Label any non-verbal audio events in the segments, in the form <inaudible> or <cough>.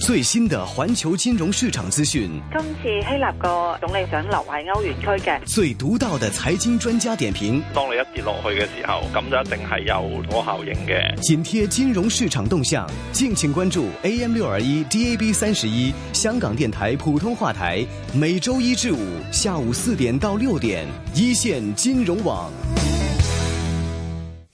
最新的环球金融市场资讯，今次希臘個總理想留喺歐元區嘅，最独到的财经专家点评，當你一跌落去嘅時候，咁就一定係有嗰個效應嘅。紧贴金融市场动向。敬请关注 AM 六二一 DAB 三十一香港电台普通话台，每周一至五下午四点到六点，一线金融网。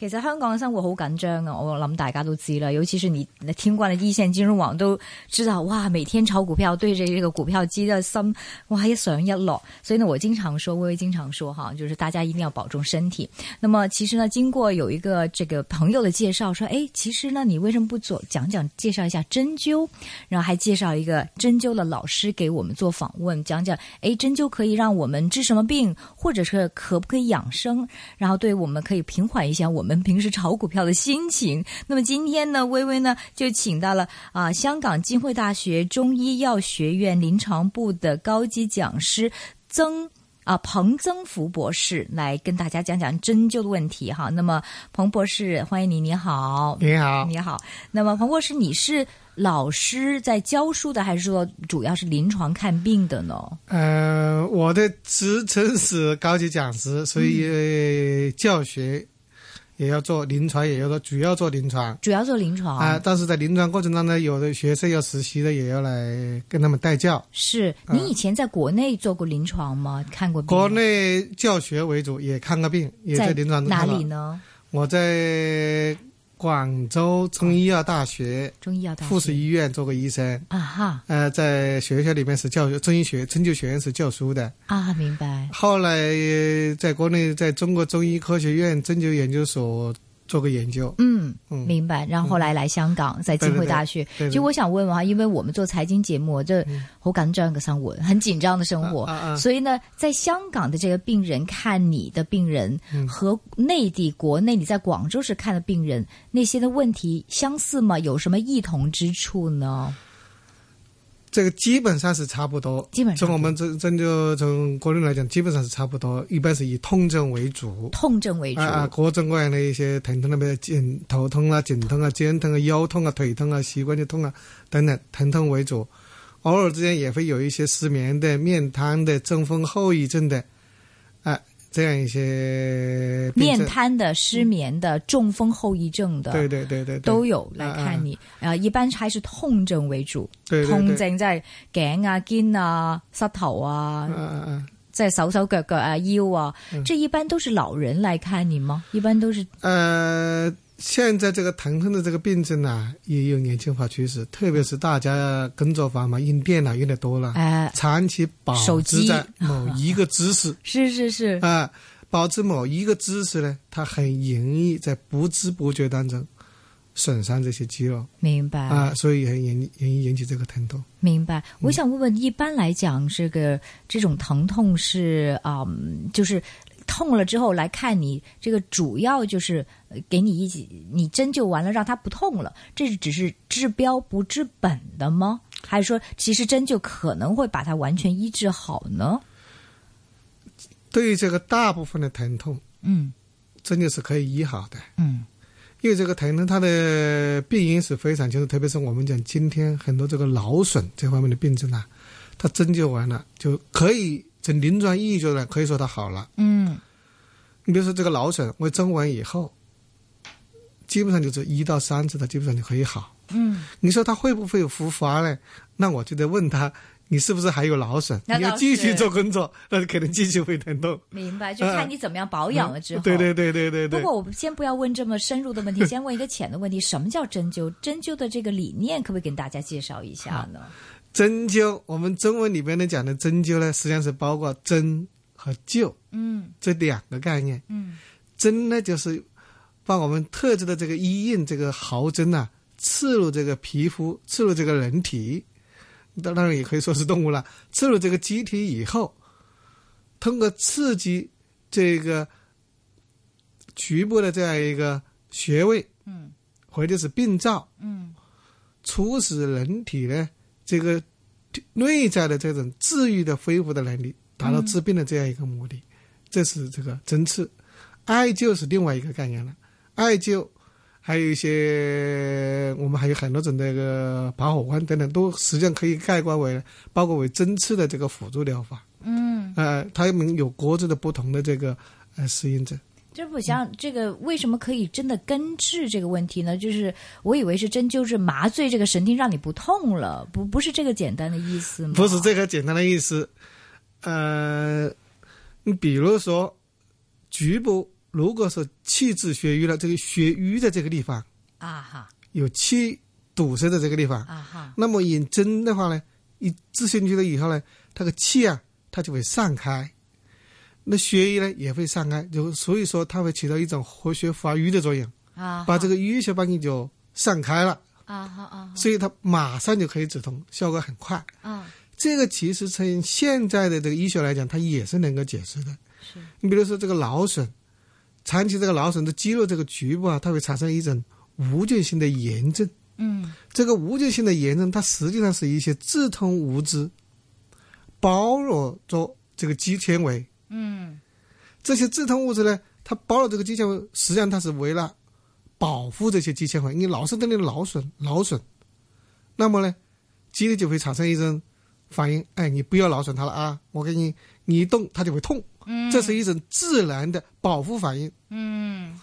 其實香港嘅生活好緊張啊，我諗大家都知啦。尤其是你聽慣了一線金融網都知道，哇，每天炒股票對着這個股票機的心，哇，一上一落。所以呢，我經常說，我也經常說哈，就是大家一定要保重身體。那麼其實呢，經過有一個這個朋友的介紹，說，哎，其實呢，你為什麼不做講講介紹一下針灸？然後還介紹一個針灸的老師給我們做訪問，講講，哎，針灸可以讓我們治什麼病，或者是可不可以養生？然後對我們可以平緩一下我们平时炒股票的心情。那么今天呢，微微呢就请到了啊、香港浸会大学中医药学院临床部的高级讲师曾。啊，彭增福博士来跟大家讲讲针灸的问题哈。那么，彭博士，欢迎你，你好，你好，你好。那么，彭博士，你是老师在教书的，还是说主要是临床看病的呢？呃，我的职称是高级讲师，所嗯以呃教学也要做，临床也要做，主要做临床主要做临床啊、但是在临床过程当中，有的学生要实习的，也要来跟他们带教。是你以前在国内做过临床吗？看过病啊国吗内教学为主，也看个病，也在临床中哪看到里？呢？我在广州中医药大学中医药大学附属医院做过医生，啊哈呃，在学校里面是教中医学针灸学院是教书的。啊，明白后来呃在国内，在中国中医科学院针灸研究所做过研究。嗯。嗯，明白，然后后来来香港，在浸会大学。对对其实我想问问哈，因为我们做财经节目，这好紧张的生活，很紧张的生活，啊啊啊所以呢，在香港的这个病人看你的病人、嗯和内地、国内你在广州市看的病人那些的问题相似吗？有什么异同之处呢？这个基本上是差不多。基本上从我们针针灸从国内来讲，基本上是差不多，一般是以痛症为主。痛症为主，啊啊，各种各样的一些疼痛，那边颈头痛啊、颈痛啊、肩痛啊、腰痛啊、腿痛啊、膝关节痛啊等等，疼痛为主。偶尔之间也会有一些失眠的、面瘫的、中风后遗症的，啊，这样一些病面症。瘫的、失眠的、中风后遗症的，嗯对对对对对，都有来啊看你。啊，一般还是痛症为主，对对痛对，症即系颈啊、肩啊、膝头啊啊，啊啊！即系手手脚脚啊、腰啊，嗯这一般都是老人来看你吗？一般都是呃，现在这个疼痛的这个病症呢、也有年轻化趋势，特别是大家工作繁忙，用电脑用的啊多了，哎，长期保手持机在某一个姿势是是是，啊、保持某一个姿势呢，它很容易在不知不觉当中损伤这些肌肉明白、啊、嗯所以很容容易引起这个疼痛。明白。我想问问，一般来讲，这个这种疼痛是啊、嗯就是痛了之后来看你，这个主要就是呃给你一起你针灸完了让它不痛了，这只是治标不治本的吗？还是说，其实针灸可能会把它完全医治好呢？对于这个大部分的疼痛，嗯真的是可以医好的。嗯，因为这个疼痛，它的病因是非常清楚，特别是我们讲今天很多这个劳损这方面的病症啊，它针灸完了就可以从临床意义就来可以说它好了。嗯，你比如说这个劳损，我针完以后，基本上就是一到三次，它基本上就可以好。嗯，你说它会不会有复发呢？那我就得问他，你是不是还有劳损？那你要倒继续是做工作，那可能继续会疼痛。明白，就看你怎么样保养了之后。嗯对对对对对不对。过我们先不要问这么深入的问 <laughs> 题，先问一个浅的问题：什么叫针灸？针灸的这个理念可不可以跟大家介绍一下呢？针灸，我们中文里边呢讲的针灸呢，实际上是包括针和灸嗯这两个概念。嗯针呢，就是把我们特制的这个医印这个毫针啊，刺入这个皮肤，刺入这个人体，当然也可以说是动物了，刺入这个机体以后，通过刺激这个局部的这样一个穴位，嗯或者是病灶，嗯促使人体呢这个内在的这种治愈的恢复的能力，达到治病的这样一个目的，这是这个针刺。艾灸是另外一个概念了，艾灸还有一些我们还有很多种那个拔火丸等等，都实际上可以概括为包括为针刺的这个辅助疗法。嗯，呃，他们有各自的不同的这个呃适应症。就是我想，这个为什么可以真的根治这个问题呢？就是我以为是针灸是麻醉这个神经，让你不痛了，不不是这个简单的意思吗？不是这个简单的意思。呃，你比如说，局部如果是气滞血瘀了，这个血瘀的这个地方啊哈有气堵塞的这个地方，啊哈那么引针的话呢，一刺进去了以后呢，它的气啊，它就会散开，那血液呢也会散开，就所以说它会起到一种活血化瘀的作用，啊把这个淤血把你就散开了，啊哈啊所以它马上就可以止痛，效果很快。啊这个其实从现在的这个医学来讲，它也是能够解释的。你比如说这个劳损，长期这个劳损的肌肉这个局部啊，它会产生一种无菌性的炎症。嗯这个无菌性的炎症，它实际上是一些自通无知，包裹着这个肌纤维。嗯这些自通物质呢，它包了这个肌纤维，实际上它是为了保护这些肌纤维。你老是对你劳损劳损，那么呢，肌力就会产生一种反应，哎，你不要劳损它了啊！我给你，你一动它就会痛，这是一种自然的保护反应。嗯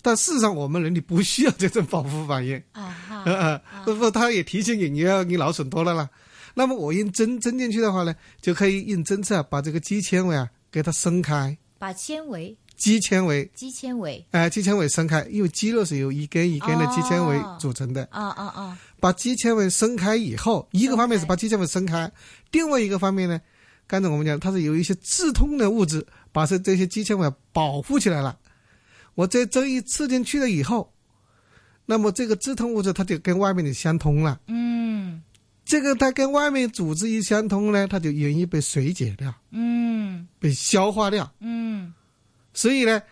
但事实上，我们人体不需要这种保护反应。啊 <laughs> 哈呃，不不，他也提醒你，你要你劳损多了啦。那么我用针针进去的话呢，就可以用针刺啊，把这个肌纤维啊给它伸开，把纤维肌纤维肌纤维哎，肌纤维伸开，因为肌肉是由一根一根的肌纤维哦组成的。啊啊啊把肌纤维伸开以后，一个方面是把肌纤维伸开，另外一个方面呢，刚才我们讲它是由一些致痛的物质把这这些肌纤维保护起来了。我这针一刺进去了以后，那么这个致痛物质它就跟外面的相通了。嗯这个它跟外面组织一相通呢，它就容易被水解掉、嗯被消化掉。嗯所以呢，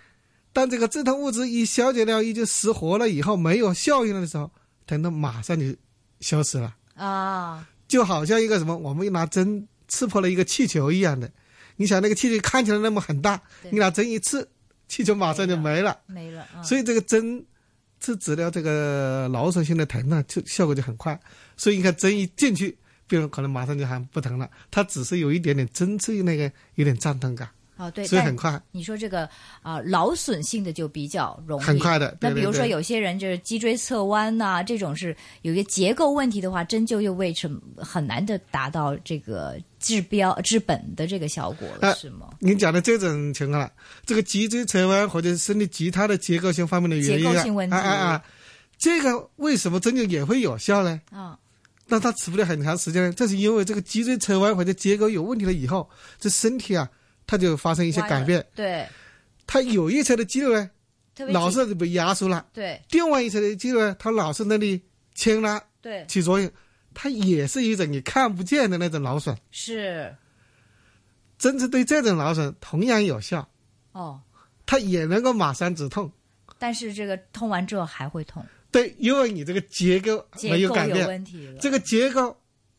当这个致痛物质一消解掉、已经失活了以后，没有效应了的时候，疼痛马上就消失了，啊就好像一个什么，我们拿针刺破了一个气球一样的。你想那个气球看起来那么很大，对你拿针一刺，气球马上就没了。没了啊所以这个针是治疗这个劳损性的疼呢，就效果就很快。所以你看针一进去，病人可能马上就喊不疼了，他只是有一点点针刺那个有点胀痛感，啊对，所以但很快。你说这个啊、劳损性的就比较容易，很快的对那比如对说对有些人就是脊椎侧弯呐、这种是有一个结构问题的话，针灸又为什么很难的达到这个治标治本的这个效果了，呃是吗？您讲的这种情况了，这个脊椎侧弯或者是身体其他的结构性方面的原因结啊，构性问题啊啊啊，这个为什么针灸也会有效呢？啊那它持不了很长时间呢？这是因为这个脊椎侧弯或者结构有问题了以后，这身体啊，它就发生一些改变，对，它有一侧的肌肉呢，特别老紧是被压缩了，对另外一侧的肌肉呢，它老是那里牵拉对起作用，它也是一种你看不见的那种劳损，是针刺对这种劳损同样有效，哦，它也能够马上止痛。但是这个痛完之后还会痛，对，因为你这个结构没结有构改变，问题了，这个结构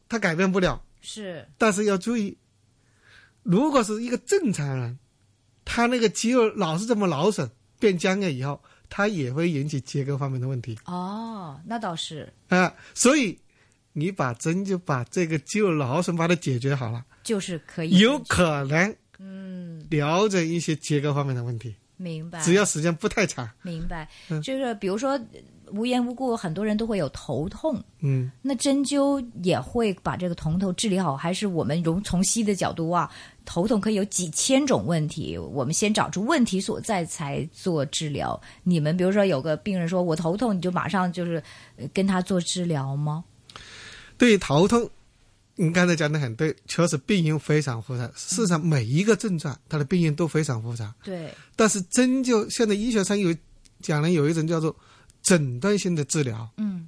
它改变不了，是但是要注意，如果是一个正常人，他那个肌肉老是这么劳损变僵硬以后，他也会引起结构方面的问题哦，那倒是啊、所以你把针就把这个肌肉劳损把它解决好嗯了，就是可以有根治可能嗯调整一些结构方面的问题，明白，只要时间不太长，明白，嗯就是比如说呃无缘无故，很多人都会有头痛，嗯。那针灸也会把这个头痛治理好，还是我们从从西医的角度啊，头痛可以有几千种问题，我们先找出问题所在才做治疗。你们比如说有个病人说我头痛，你就马上就是呃跟他做治疗吗？对于头痛，你刚才讲的很对，确实病因非常复杂。事实上，每一个症状它的病因都非常复杂。对，但是针灸现在医学上有讲了有一种叫做诊断性的治疗，嗯，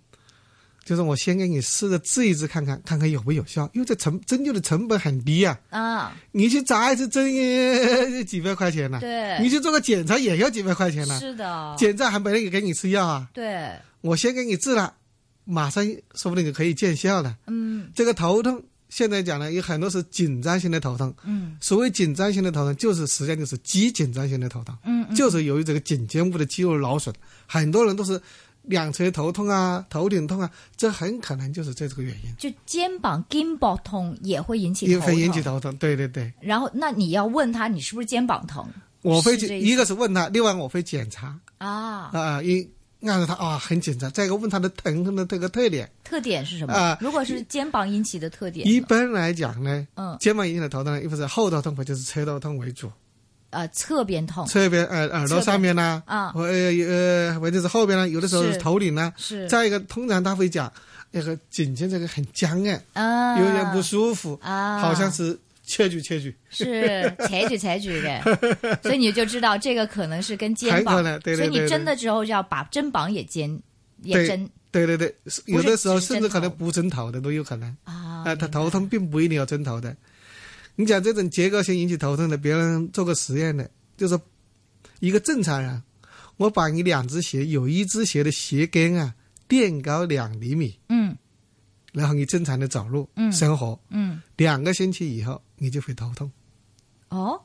就是我先给你试着治一治看看，看看有没有效。因为这成针灸的成本很低啊，啊，你去扎一次针也几百块钱呢、啊对，你去做个检查也要几百块钱呢、是啊的，检查还没人给你吃药啊，对，我先给你治了，马上说不定就可以见效了。嗯这个头痛现在讲呢，有很多是紧张型的头痛。嗯所谓紧张型的头痛，就是实际上就是肌紧张型的头痛，嗯嗯，就是由于这个颈肩部的肌肉劳损。很多人都是两侧头痛啊、头顶痛啊，这很可能就是这这个原因，就肩膀肩膊痛也会引起也头会痛，引起头痛。对对对，然后那你要问他你是不是肩膀疼我会是这去，意思一个是问他，另外我会检查啊？啊，因按照他啊很紧张，再一个问他的疼痛的这个特点。特点是什么？啊如果是肩膀引起的特点呢，一般来讲呢，嗯肩膀引起的头痛呢，一般是后头痛或者是侧头痛为主，呃侧边痛侧边呃耳朵上面呢，啊或呃呃或者是后边呢，有的时候是是头顶呢。是再一个，通常他会讲那个颈肩这个很僵硬，啊有点不舒服，啊，好像是切举切举。是采取采取 <laughs> 的，所以你就知道这个可能是跟肩膀，很可能对所对以你对对真的之后就要把针膀也肩也对针对对对，是不有是的时候只是甚至针可能头不针头的都有可能。啊啊，他头痛并不一定有针头的。你讲这种结构性引起头痛的，别人做过实验的，就是一个正常人，我把你两只鞋，有一只鞋的鞋跟啊垫高两厘米，嗯然后你正常的走路、嗯生活，嗯两个星期以后你就会头痛。哦，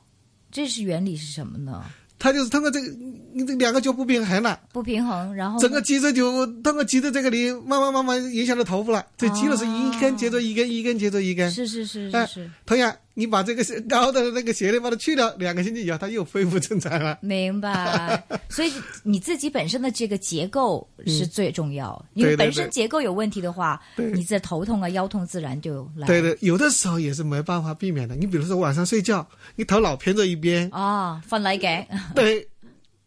这是原理是什么呢？他就是通过这个，你这两个就不平衡了，不平衡，然后整个脊椎就通过脊椎这个里慢慢慢慢影响到头部了。这肌肉是一根接着一根，一根接着一根。是是是是哎是，同样，你把这个是高的那个鞋类把它去掉，两个星期以后它又恢复正常了。明 <laughs> 白。所以你自己本身的这个结构是最重要，因为嗯对对本身对结构有问题的话，对你这头痛啊、腰痛自然就来。对的，有的时候也是没办法避免的。你比如说晚上睡觉，你头老偏着一边，啊，瞓禮 <laughs> 頸，对，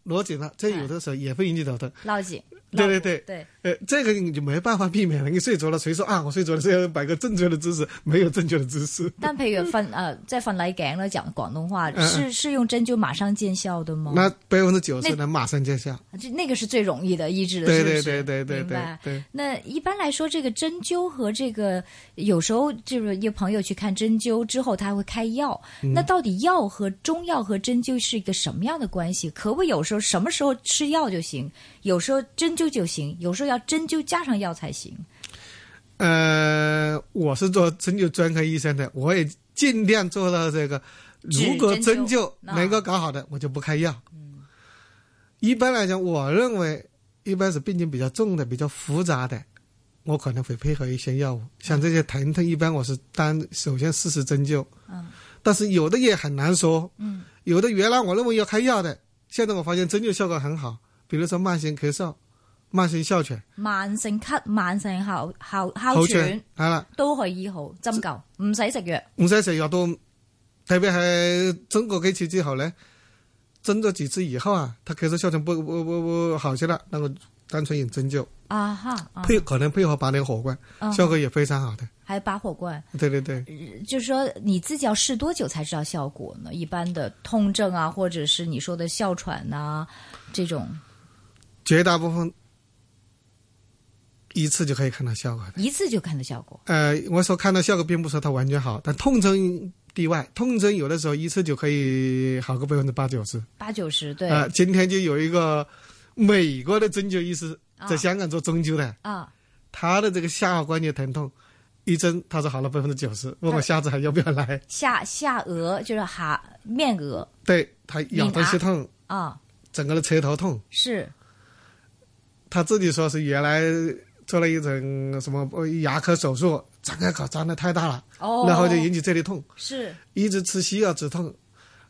裸颈了，这有的时候也会引起头痛。撈住，对撈对住对对，呃，这个你就没办法避免了。你睡着了，谁说啊我睡着了是要摆个正确的姿势？没有正确的姿势，但譬如瞓呃，即係瞓禮頸咧，講廣東話嗯是是用針灸馬上見效的嗎？那百分之九十能马上见效。就那个是最容易的医治的，对是不是对对对对明白对对那一般来说，这个针灸和这个有时候就是一个朋友去看针灸之后，他会开药。嗯那到底药和中药和针灸是一个什么样的关系？可不可以有时候什么时候吃药就行，有时候针灸就行，有时候要针灸加上药才行。呃，我是做针灸专科医生的，我也尽量做到这个。只如果针针灸灸能够搞好的，我就不开药。一般来讲，我认为一般是病情比较重的、比较复杂的，我可能会配合一些药物，像这些疼痛，一般我是当首先试试针灸。嗯，但是有的也很难说。嗯，有的原来我认为要开药的，现在我发现针灸效果很好，比如说慢性咳嗽、慢性哮喘、慢性咳、慢性哮哮哮喘哮喘，啊啦。都可以醫好，針灸唔使食藥。唔使食藥都，特別係整過幾次之後咧，針咗幾次以後啊，他咳嗽哮喘不不不不好些了，那我單純用針灸，啊哈，啊配可能配合拔點火罐，嗯效果也非常好的。还有拔火罐。对对对，就是说你自己要试多久才知道效果呢？一般的痛症啊，或者是你说的哮喘呐、这种絕大部分一次就可以看到效果的。一次就看到效果。呃，我所看到效果並不是它完全好，但痛症例外，痛症有的時候一次就可以好个百分之八九十。八九十对啊、啊今天就有一個美國的針灸醫師啊在香港做針灸的。他的这个下颌关节疼痛，一针他说好了百分之九十，问我下次还要不要来？下下颚就是下面额对他咬东西痛，啊，整个的垂头痛，是他自己说是原来做了一种什么呃牙科手术，张开口张的太大了，哦，然后就引起这里痛，是一直吃西药止痛，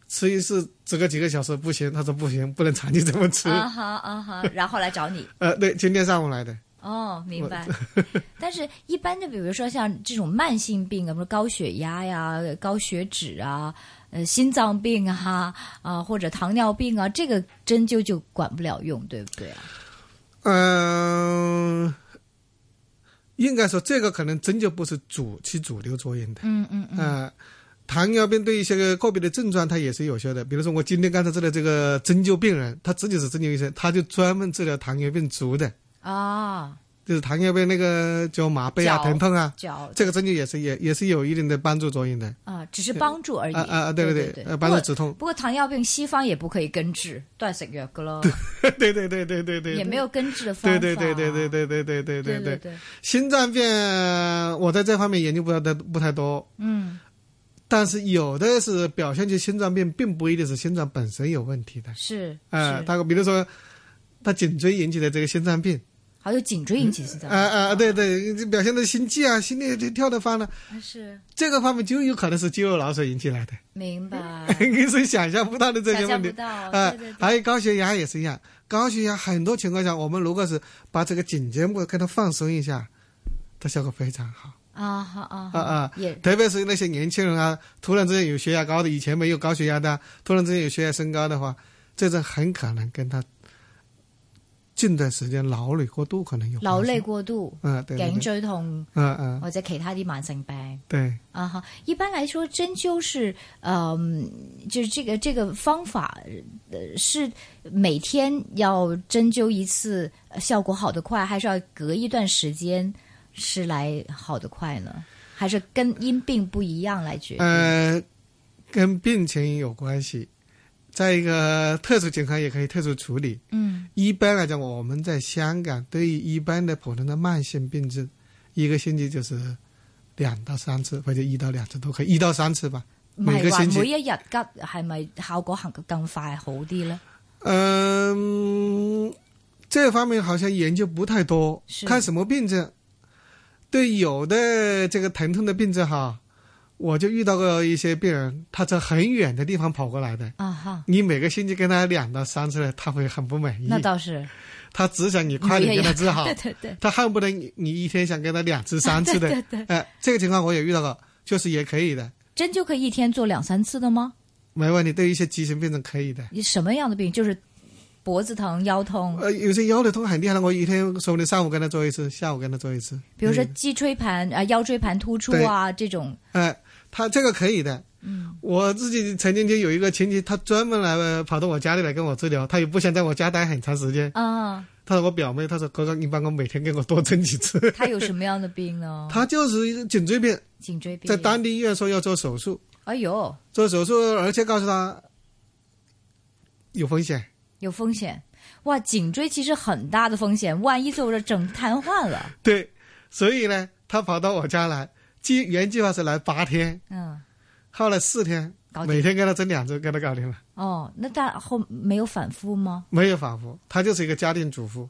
吃一次止个几个小时不行，他说不行，不能长期这么吃。啊哈啊哈，然后来找你。呃，对，今天上午来的，哦，明白。 <laughs> 但是，一般的，比如说像这种慢性病啊，比如高血压呀、高血脂啊、呃心脏病啊、啊、或者糖尿病啊，这个针灸就管不了用，对不对啊？嗯、应该说这个可能真就不是主起主流作用的。嗯嗯嗯，啊、糖尿病对一些个个别的症状，它也是有效的。比如说，我今天刚才治疗这个针灸病人，他自己是针灸医生，他就专门治疗糖尿病足的，啊，就是糖尿病那个叫麻痹啊、脚疼痛啊，脚这个针灸也是也也是有一定的帮助作用的。啊，只是帮助而已。啊啊啊，对对对对，呃，帮助止痛不。过糖尿病西方也不可以根治，断食药噶咯，对对对对对对，也没有根治的方法。对。对对对对对对对对对对对，对，心脏病我在这方面研究不太不太多，嗯，但是有的是表现出心脏病，并不一定是心脏本身有问题的。是呃，是他比如说他颈椎引起的这个心脏病，还有颈椎引起心脏啊啊，对对，这表现的心悸啊，心率跳得翻了，啊是这个方面就有可能是肌肉劳损引起来的，明白， <laughs> 你是想象不到的这些嗯想象问不题。到，啊对对，对，还有高血压也是一样。高血压很多情况下，我们如果是把这个颈肩部给它放松一下，它效果非常好啊好啊啊啊！也特别是那些年轻人啊，突然之间有血压高的，以前没有高血压的啊，突然之间有血压升高的话，这种很可能跟他近段时间劳累过度可能有劳累關过度、係。嗯，对對颈對，椎痛嗯嗯，或者其他啲慢性病。对，啊哈，一般来说，针灸是，嗯，就是这个这个方法，呃，是每天要针灸一次，呃效果好得快，还是要隔一段时间是来好得快呢？还是跟因病不一样来决定？呃，跟病情有关系。再一个，呃特殊情况也可以特殊处理。嗯一般来讲，我们在香港对于一般的普通的慢性病症，一个星期就是两到三次，或者一到两次都可以，一到三次吧。唔係每個話星期每一日吉係咪效果行得更快好啲咧？嗯，这方面好像研究不太多是，看什么病症。对有的这个疼痛的病症哈，我就遇到过一些病人，他从很远的地方跑过来的，啊哈，你每个星期跟他两到三次了，他会很不满意那，倒是，他只想你快点给他治 <laughs> 好。对对对，他恨不得你你一天想跟他两次、三次 <laughs> 的。对对哎、这个情况我也遇到过，就是也可以的，针灸可以一天做两三次的吗？没问题。对于一些急性病症可以的。你什么样的病？就是脖子疼、腰痛，呃，有些腰的痛很厉害的，我一天说不定上午跟他做一次，下午跟他做一次。比如说嗯，脊椎盘啊、腰椎盘突出啊这种，哎、他这个可以的。嗯，我自己曾经就有一个亲戚，他专门来呃跑到我家里来跟我治疗，他也不想在我家待很长时间。啊，他说我表妹，他说哥哥，你帮我每天给我多针几次。他有什么样的病呢？ <laughs> 他就是一个颈椎病，颈椎病。在当地医院说要做手术，哎呦，做手术，而且告诉他有风险。有风险哇！颈椎其实很大的风险，万一就是整瘫痪了，对，所以呢，他跑到我家来，计原计划是来八天，嗯，后来四天搞，定每天跟他针两针，跟他搞定了，哦，那但后没有反复吗？没有反复。他就是一个家庭主妇，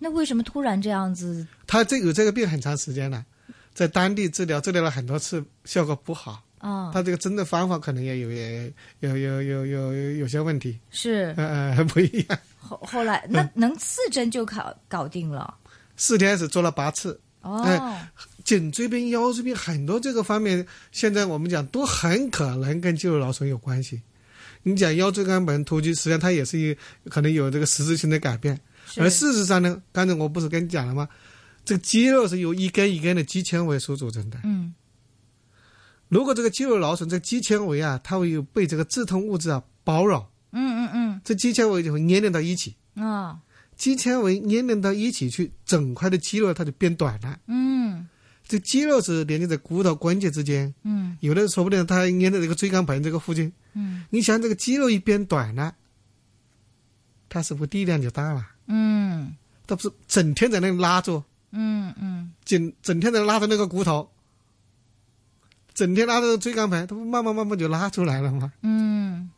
那为什么突然这样子？他这有这个病很长时间了，在当地治疗，治疗了很多次，效果不好。啊、他这个针的方法可能也有也有有有有有有些问题，是呃 <laughs> 呃不一样。后后来嗯那能四针就搞搞定了四天是做了八次，哦，哎颈椎病、腰椎病很多这个方面，现在我们讲都很可能跟肌肉劳损有关系。你讲腰椎间盘突出，实际上它也是一可能有这个实质性的改变。而事实上呢，刚才我不是跟你讲了吗？这个肌肉是由一根一根的肌纤维所组成的。嗯如果这个肌肉劳损，这个肌纤维啊，它会有被这个致痛物质啊包绕，嗯嗯这肌纤维就会粘连到一起。嗯啊肌纤维粘连到一起去，整块的肌肉它就变短了。嗯这肌肉是连接在骨头关节之间，嗯有的说不定它粘在这个椎间盘这个附近。嗯你想这个肌肉一变短了，它是不是力量就大了？嗯它不是整天在那里拉住，嗯嗯整整天在那拉着那个骨头，整天拉着椎间盘，它不慢慢慢慢就拉出来了吗？嗯，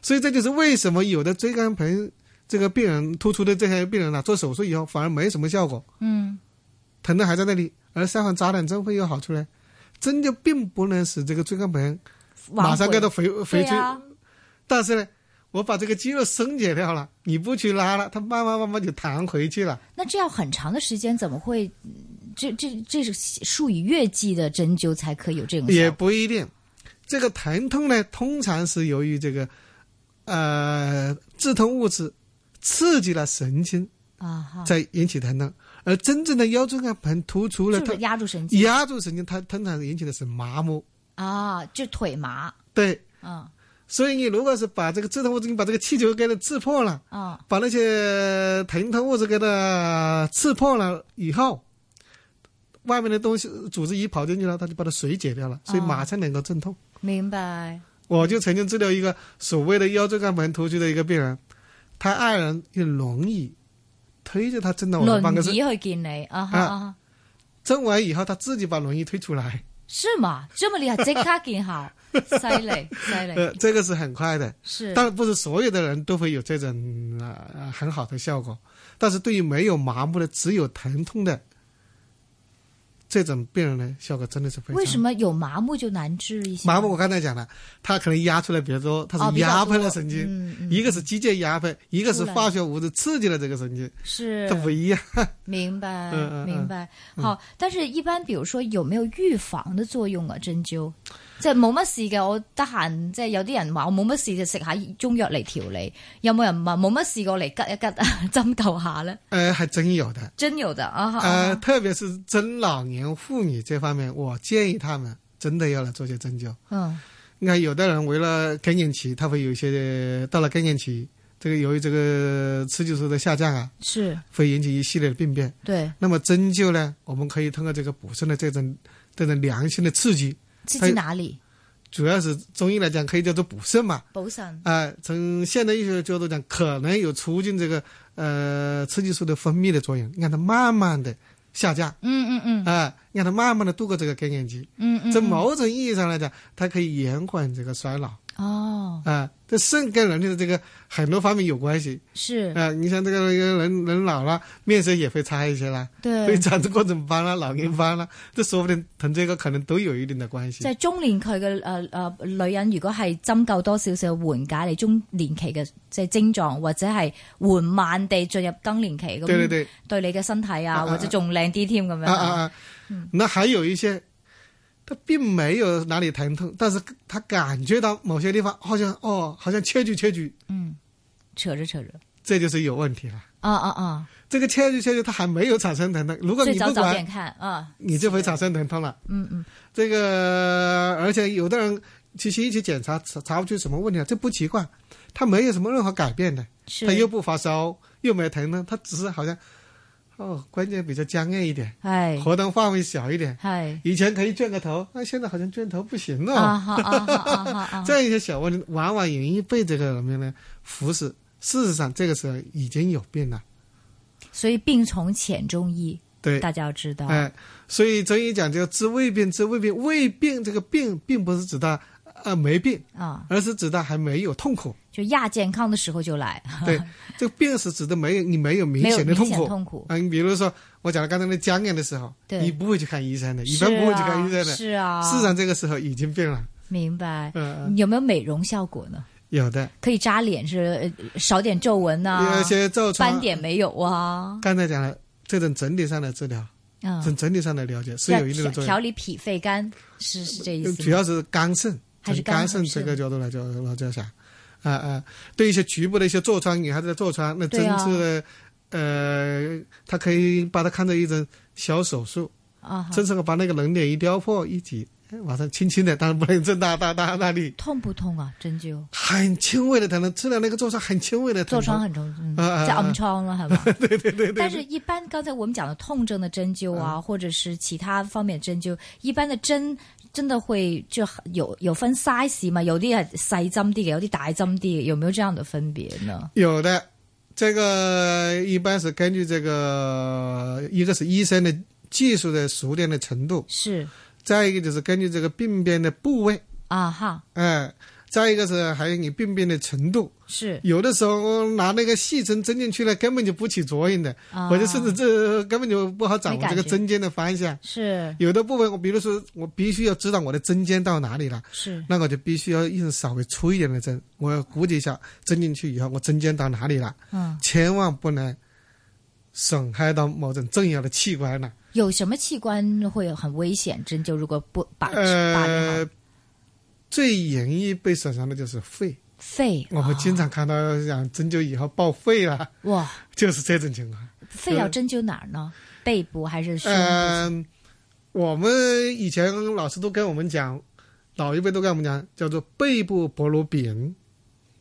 所以这就是为什么有的椎间盘这个病人突出的这些病人啊呢、做手术以后反而没什么效果，嗯疼的还在那里，而三环扎两针会有好处呢。针就并不能使这个椎间盘马上给它回回对去，啊，但是呢，我把这个肌肉松解掉了，你不去拉了，它慢慢慢慢就弹回去了。那这样很长的时间怎么会？嗯这这这是数以月计的针灸才可以有这种也效果不一定，这个疼痛呢，通常是由于这个呃致痛物质刺激了神经，啊哈，才引起疼痛。而真正的腰椎间盘突出了，就它是压住神经压住神经，它通常引起的是麻木。啊，就腿麻，对，嗯所以你如果是把这个致痛物质，你把这个气球给它刺破了。嗯把那些呃疼痛物质给它刺破了以后，外面的东西组织一跑进去了，它就把它水解掉了，所以哦马上能够镇痛。明白，我就曾经治疗一个所谓的腰椎间盘突出的一个病人，他爱人用轮椅推着他进到我的办轮公椅室，去见你啊哈啊啊哈，针完以后他自己把轮椅推出来，是吗？这么厉害，即刻见效，犀利犀呃利，，这个是很快的。是当然不是所有的人都会有这种啊、呃、很好的效果，但是对于没有麻木的、只有疼痛的这种病人呢，效果真的是非常。为什？么有麻木就难治一些？麻木我刚才讲了，它可能压出来比较多，它哦是比较压多迫了神经，嗯嗯一个是机械压迫，一个是出来化学物质刺激了这个神经，是它不一样。明白嗯嗯嗯明白。好，但是一般，比如說有冇預防嘅作用啊？針灸即係冇乜事嘅，我得閒即係有啲人話我冇乜事就食下中藥嚟調理，有冇人話冇乜事過嚟吉一吉啊， <laughs> 針灸下咧？呃，还真有的。真有的啊！啊呃，啊特别是中老年妇女这方面，我建议他们真的要来做些针灸。嗯，你看，有的人为了更年期，他会有一些到了更年期，这个由于这个雌激素的下降啊，是会引起一系列的病变。对那么针灸呢，我们可以通过这个补肾的这种这种良性的刺激，自它己哪里主要是中医来讲可以叫做补肾嘛。补肾啊、从现代医学角度讲，可能有促进这个呃雌激素的分泌的作用，让它慢慢的下降。嗯嗯嗯啊、让他慢慢的度过这个更年期。嗯嗯，这某种意义上来讲，它可以延缓这个衰老啊、哦这肾跟人的这个很多方面有关系是啊、你像这个人人老了，面色也会差一些啦，会对，长出各种斑啦、老年斑啦，这说不定同这个可能都有一定的关系即。係中年期嘅誒誒女人，如果係針灸多少少緩解你中年期嘅即係症狀，或者係緩慢地進入更年期咁，对对對，對你嘅身體啊，啊啊或者仲靚啲添咁樣啊啊。啊啊！那还有一些，他并没有哪里疼痛，但是他感觉到某些地方好像哦，好像缺举缺举，嗯，扯着扯着，这就是有问题了。啊啊啊，这个切去切去，它还没有产生疼痛。如果最你早不早点管，看啊，你就会产生疼痛了。嗯嗯，这个，而且有的人其实一起检查查查不出什么问题来，这不奇怪，他没有什么任何改变的，是他又不发烧，又没有疼痛，他只是好像，哦，关节比较僵硬一点，係活动范围小一点，係以前可以卷个头，那、现在好像卷头不行了。，啊哈啊哈啊哈啊这样一些小问题，往往容易被这个什么呢忽视。事实上，这个时候已经有病了。所以病从浅中医，对，大家要知道，哎、所以中医讲叫治胃病，治胃病，胃病这个病并不是指到呃没病，啊，而是指到还没有 <laughs> 痛苦。就亚健康的时候就来，对，这个病是指的没有你没有明没有显的明痛显苦。痛苦，嗯，你比如说我讲的刚才那僵硬的时候，对你不会去看医生的，一是般啊不会去看医生的。是啊，事实上，这个时候已经病了。明白，嗯、有没有美容效果呢？有的，可以扎脸是呃少点皱纹呐有，些痔疮啊斑。点没有啊，刚才讲了，这种整体上的治疗，啊这，种整体上的了解是有一定的调作调用。理脾肺肝是是这意思吗，主要是肝肾，还是从肝肝肾肾这个角度来讲来讲想，啊、啊、对一些局部的一些痤疮，女孩子的痤疮，那对针啊刺的，呃，它可以把它看作一种小手术，啊哈针刺我把那个冷点一撩破一挤，哎往上轻轻的，当然不能正大大大大力，痛不痛啊？针灸很轻微的疼痛，治疗那个痤疮很轻微的疼痤疮痛，很痛，嗯，啊啊啊在暗疮了， <laughs> 系嘛？对对对对。但是，一般刚才我们讲的痛症的针灸嗯啊，或者是其他方面针灸，一般的针真的会就有有分 size 嘛？有啲系细针啲嘅，有啲大针啲嘅，有没有这样的分别呢？有的。这个一般是根据这个，一个是医生的技术的熟练的程度，是再一个就是根据这个病变的部位，啊哈，哎，再一个是还有你病变的程度，是有的时候拿那个细针针进去了，根本就不起作用的，啊，或者甚至这根本就不好掌没握感这觉个针尖的方向。是有的部位，我比如说我必须要知道我的针尖到哪里了，是那我就必须要用稍微粗一点的针，我要估计一下针进去以后我针尖到哪里了，嗯，千万不能损害到某种重要的器官了。有什么器官会很危险？针灸如果不把把理好，呃，最容易被损伤的就是肺。肺我们经常看到讲针灸以后报废了，哇， <laughs> 就是这种情况。肺要针灸哪儿呢？背部还是胸部？嗯、我们以前老师都跟我们讲，老一辈都跟我们讲，叫做背部薄如饼，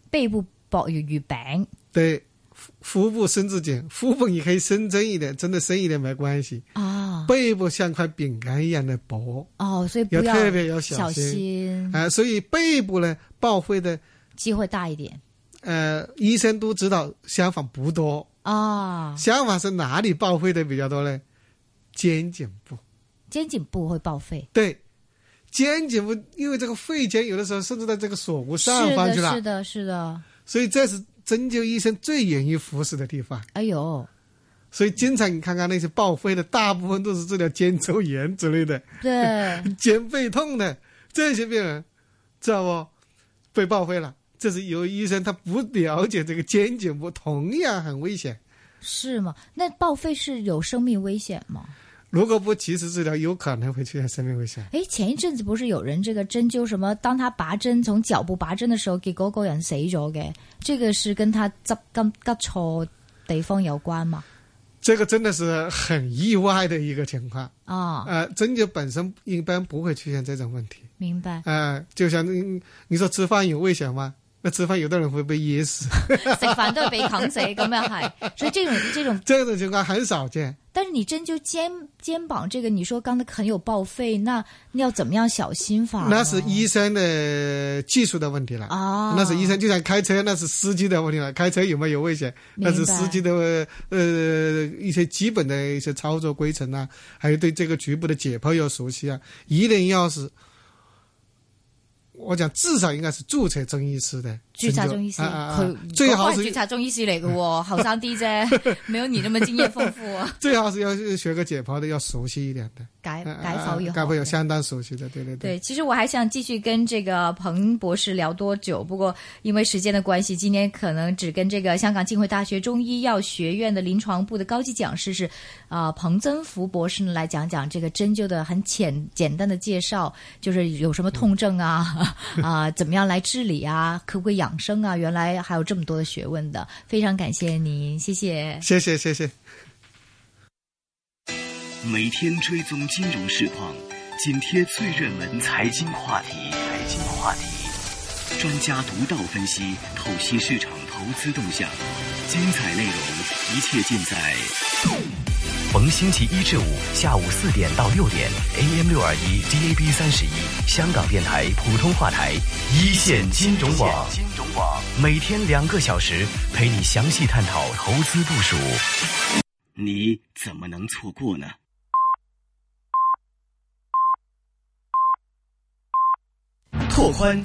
背部薄如鱼餅，对，腹腹部深至紧，腹部你可以深针一点，真的深一点没关系，啊，背部像块饼干一样的薄，哦，所以要不特别要小小心。心，啊、所以背部呢，报废的，机会大一点呃，医生都知道，相反不多，啊。相反是哪里报废的比较多呢？肩颈部。肩颈部会报废，对，肩颈部，因为这个肺尖有的时候甚至在这个锁骨上是方的，去了是，的，是的。所以这是针灸医生最勇于服使的地方。哎呦，所以经常你看看那些报废的，大部分都是治疗肩周炎之类的、对，肩背痛的这些病人，知道不？被报废了，这是由于医生他不了解这个肩颈部同样很危险。是吗？那报废是有生命危险吗？如果不及时治疗，有可能会出现生命危险。诶，前一阵子不是有人这个针灸什么？当他拔针从脚部拔针的时候，结果嗰個人死咗嘅，这个是跟他执跟急錯地方有關嘛？这个真的是很意外的一个情况。啊、呃，针灸本身一般不会出现这种问题。，明白呃，就像你你说吃饭有危险吗？那吃饭有的人会被噎死， <laughs> 食飯都係被啃死，咁又係，所以这种这种，这种情况很少见。但是你针灸肩肩膀这个，你說剛才很有报废，那那要怎么样小心法呢？那是医生的技术的问题了，啊，那是医生就像开车，那是司机的问题了。开车有没有危险？明那白是司机的呃一些基本的一些操作规程啊，还有对这个局部的解剖要熟悉啊。一定要是，我讲至少应该是注册中医师的註冊中醫師，啊啊啊佢最好嗰個係是註冊中醫師嚟嘅喎，後生啲啫， <laughs> 沒有你那麼經驗豐富啊。最好是要学个解剖的，要熟悉一点的。解啊啊解啊剖以解後剖，有相当熟悉的，对对对。对，其实我还想继续跟这个彭博士聊多久，不过因为时间的关系，今天可能只跟这个香港浸会大学中医药学院的临床部的高级讲师是啊、呃彭增福博士呢来讲讲这个针灸的很简简单的介绍，就是有什么痛症啊 <laughs> 啊、怎么样来治理啊，可不可以养生啊？原来还有这么多的学问的，非常感谢您，谢谢。谢谢谢谢。每天追踪金融市况，紧贴最热门财经话题。财经话题，专家独到分析，透析市场投资动向，精彩内容，一切尽在。逢星期一至五下午四点到六点，AM 六二一 DAB 三十一，香港电台普通话台，一线金融网。金融网每天两个小时，陪你详细探讨投资部署。你怎么能错过呢？拓宽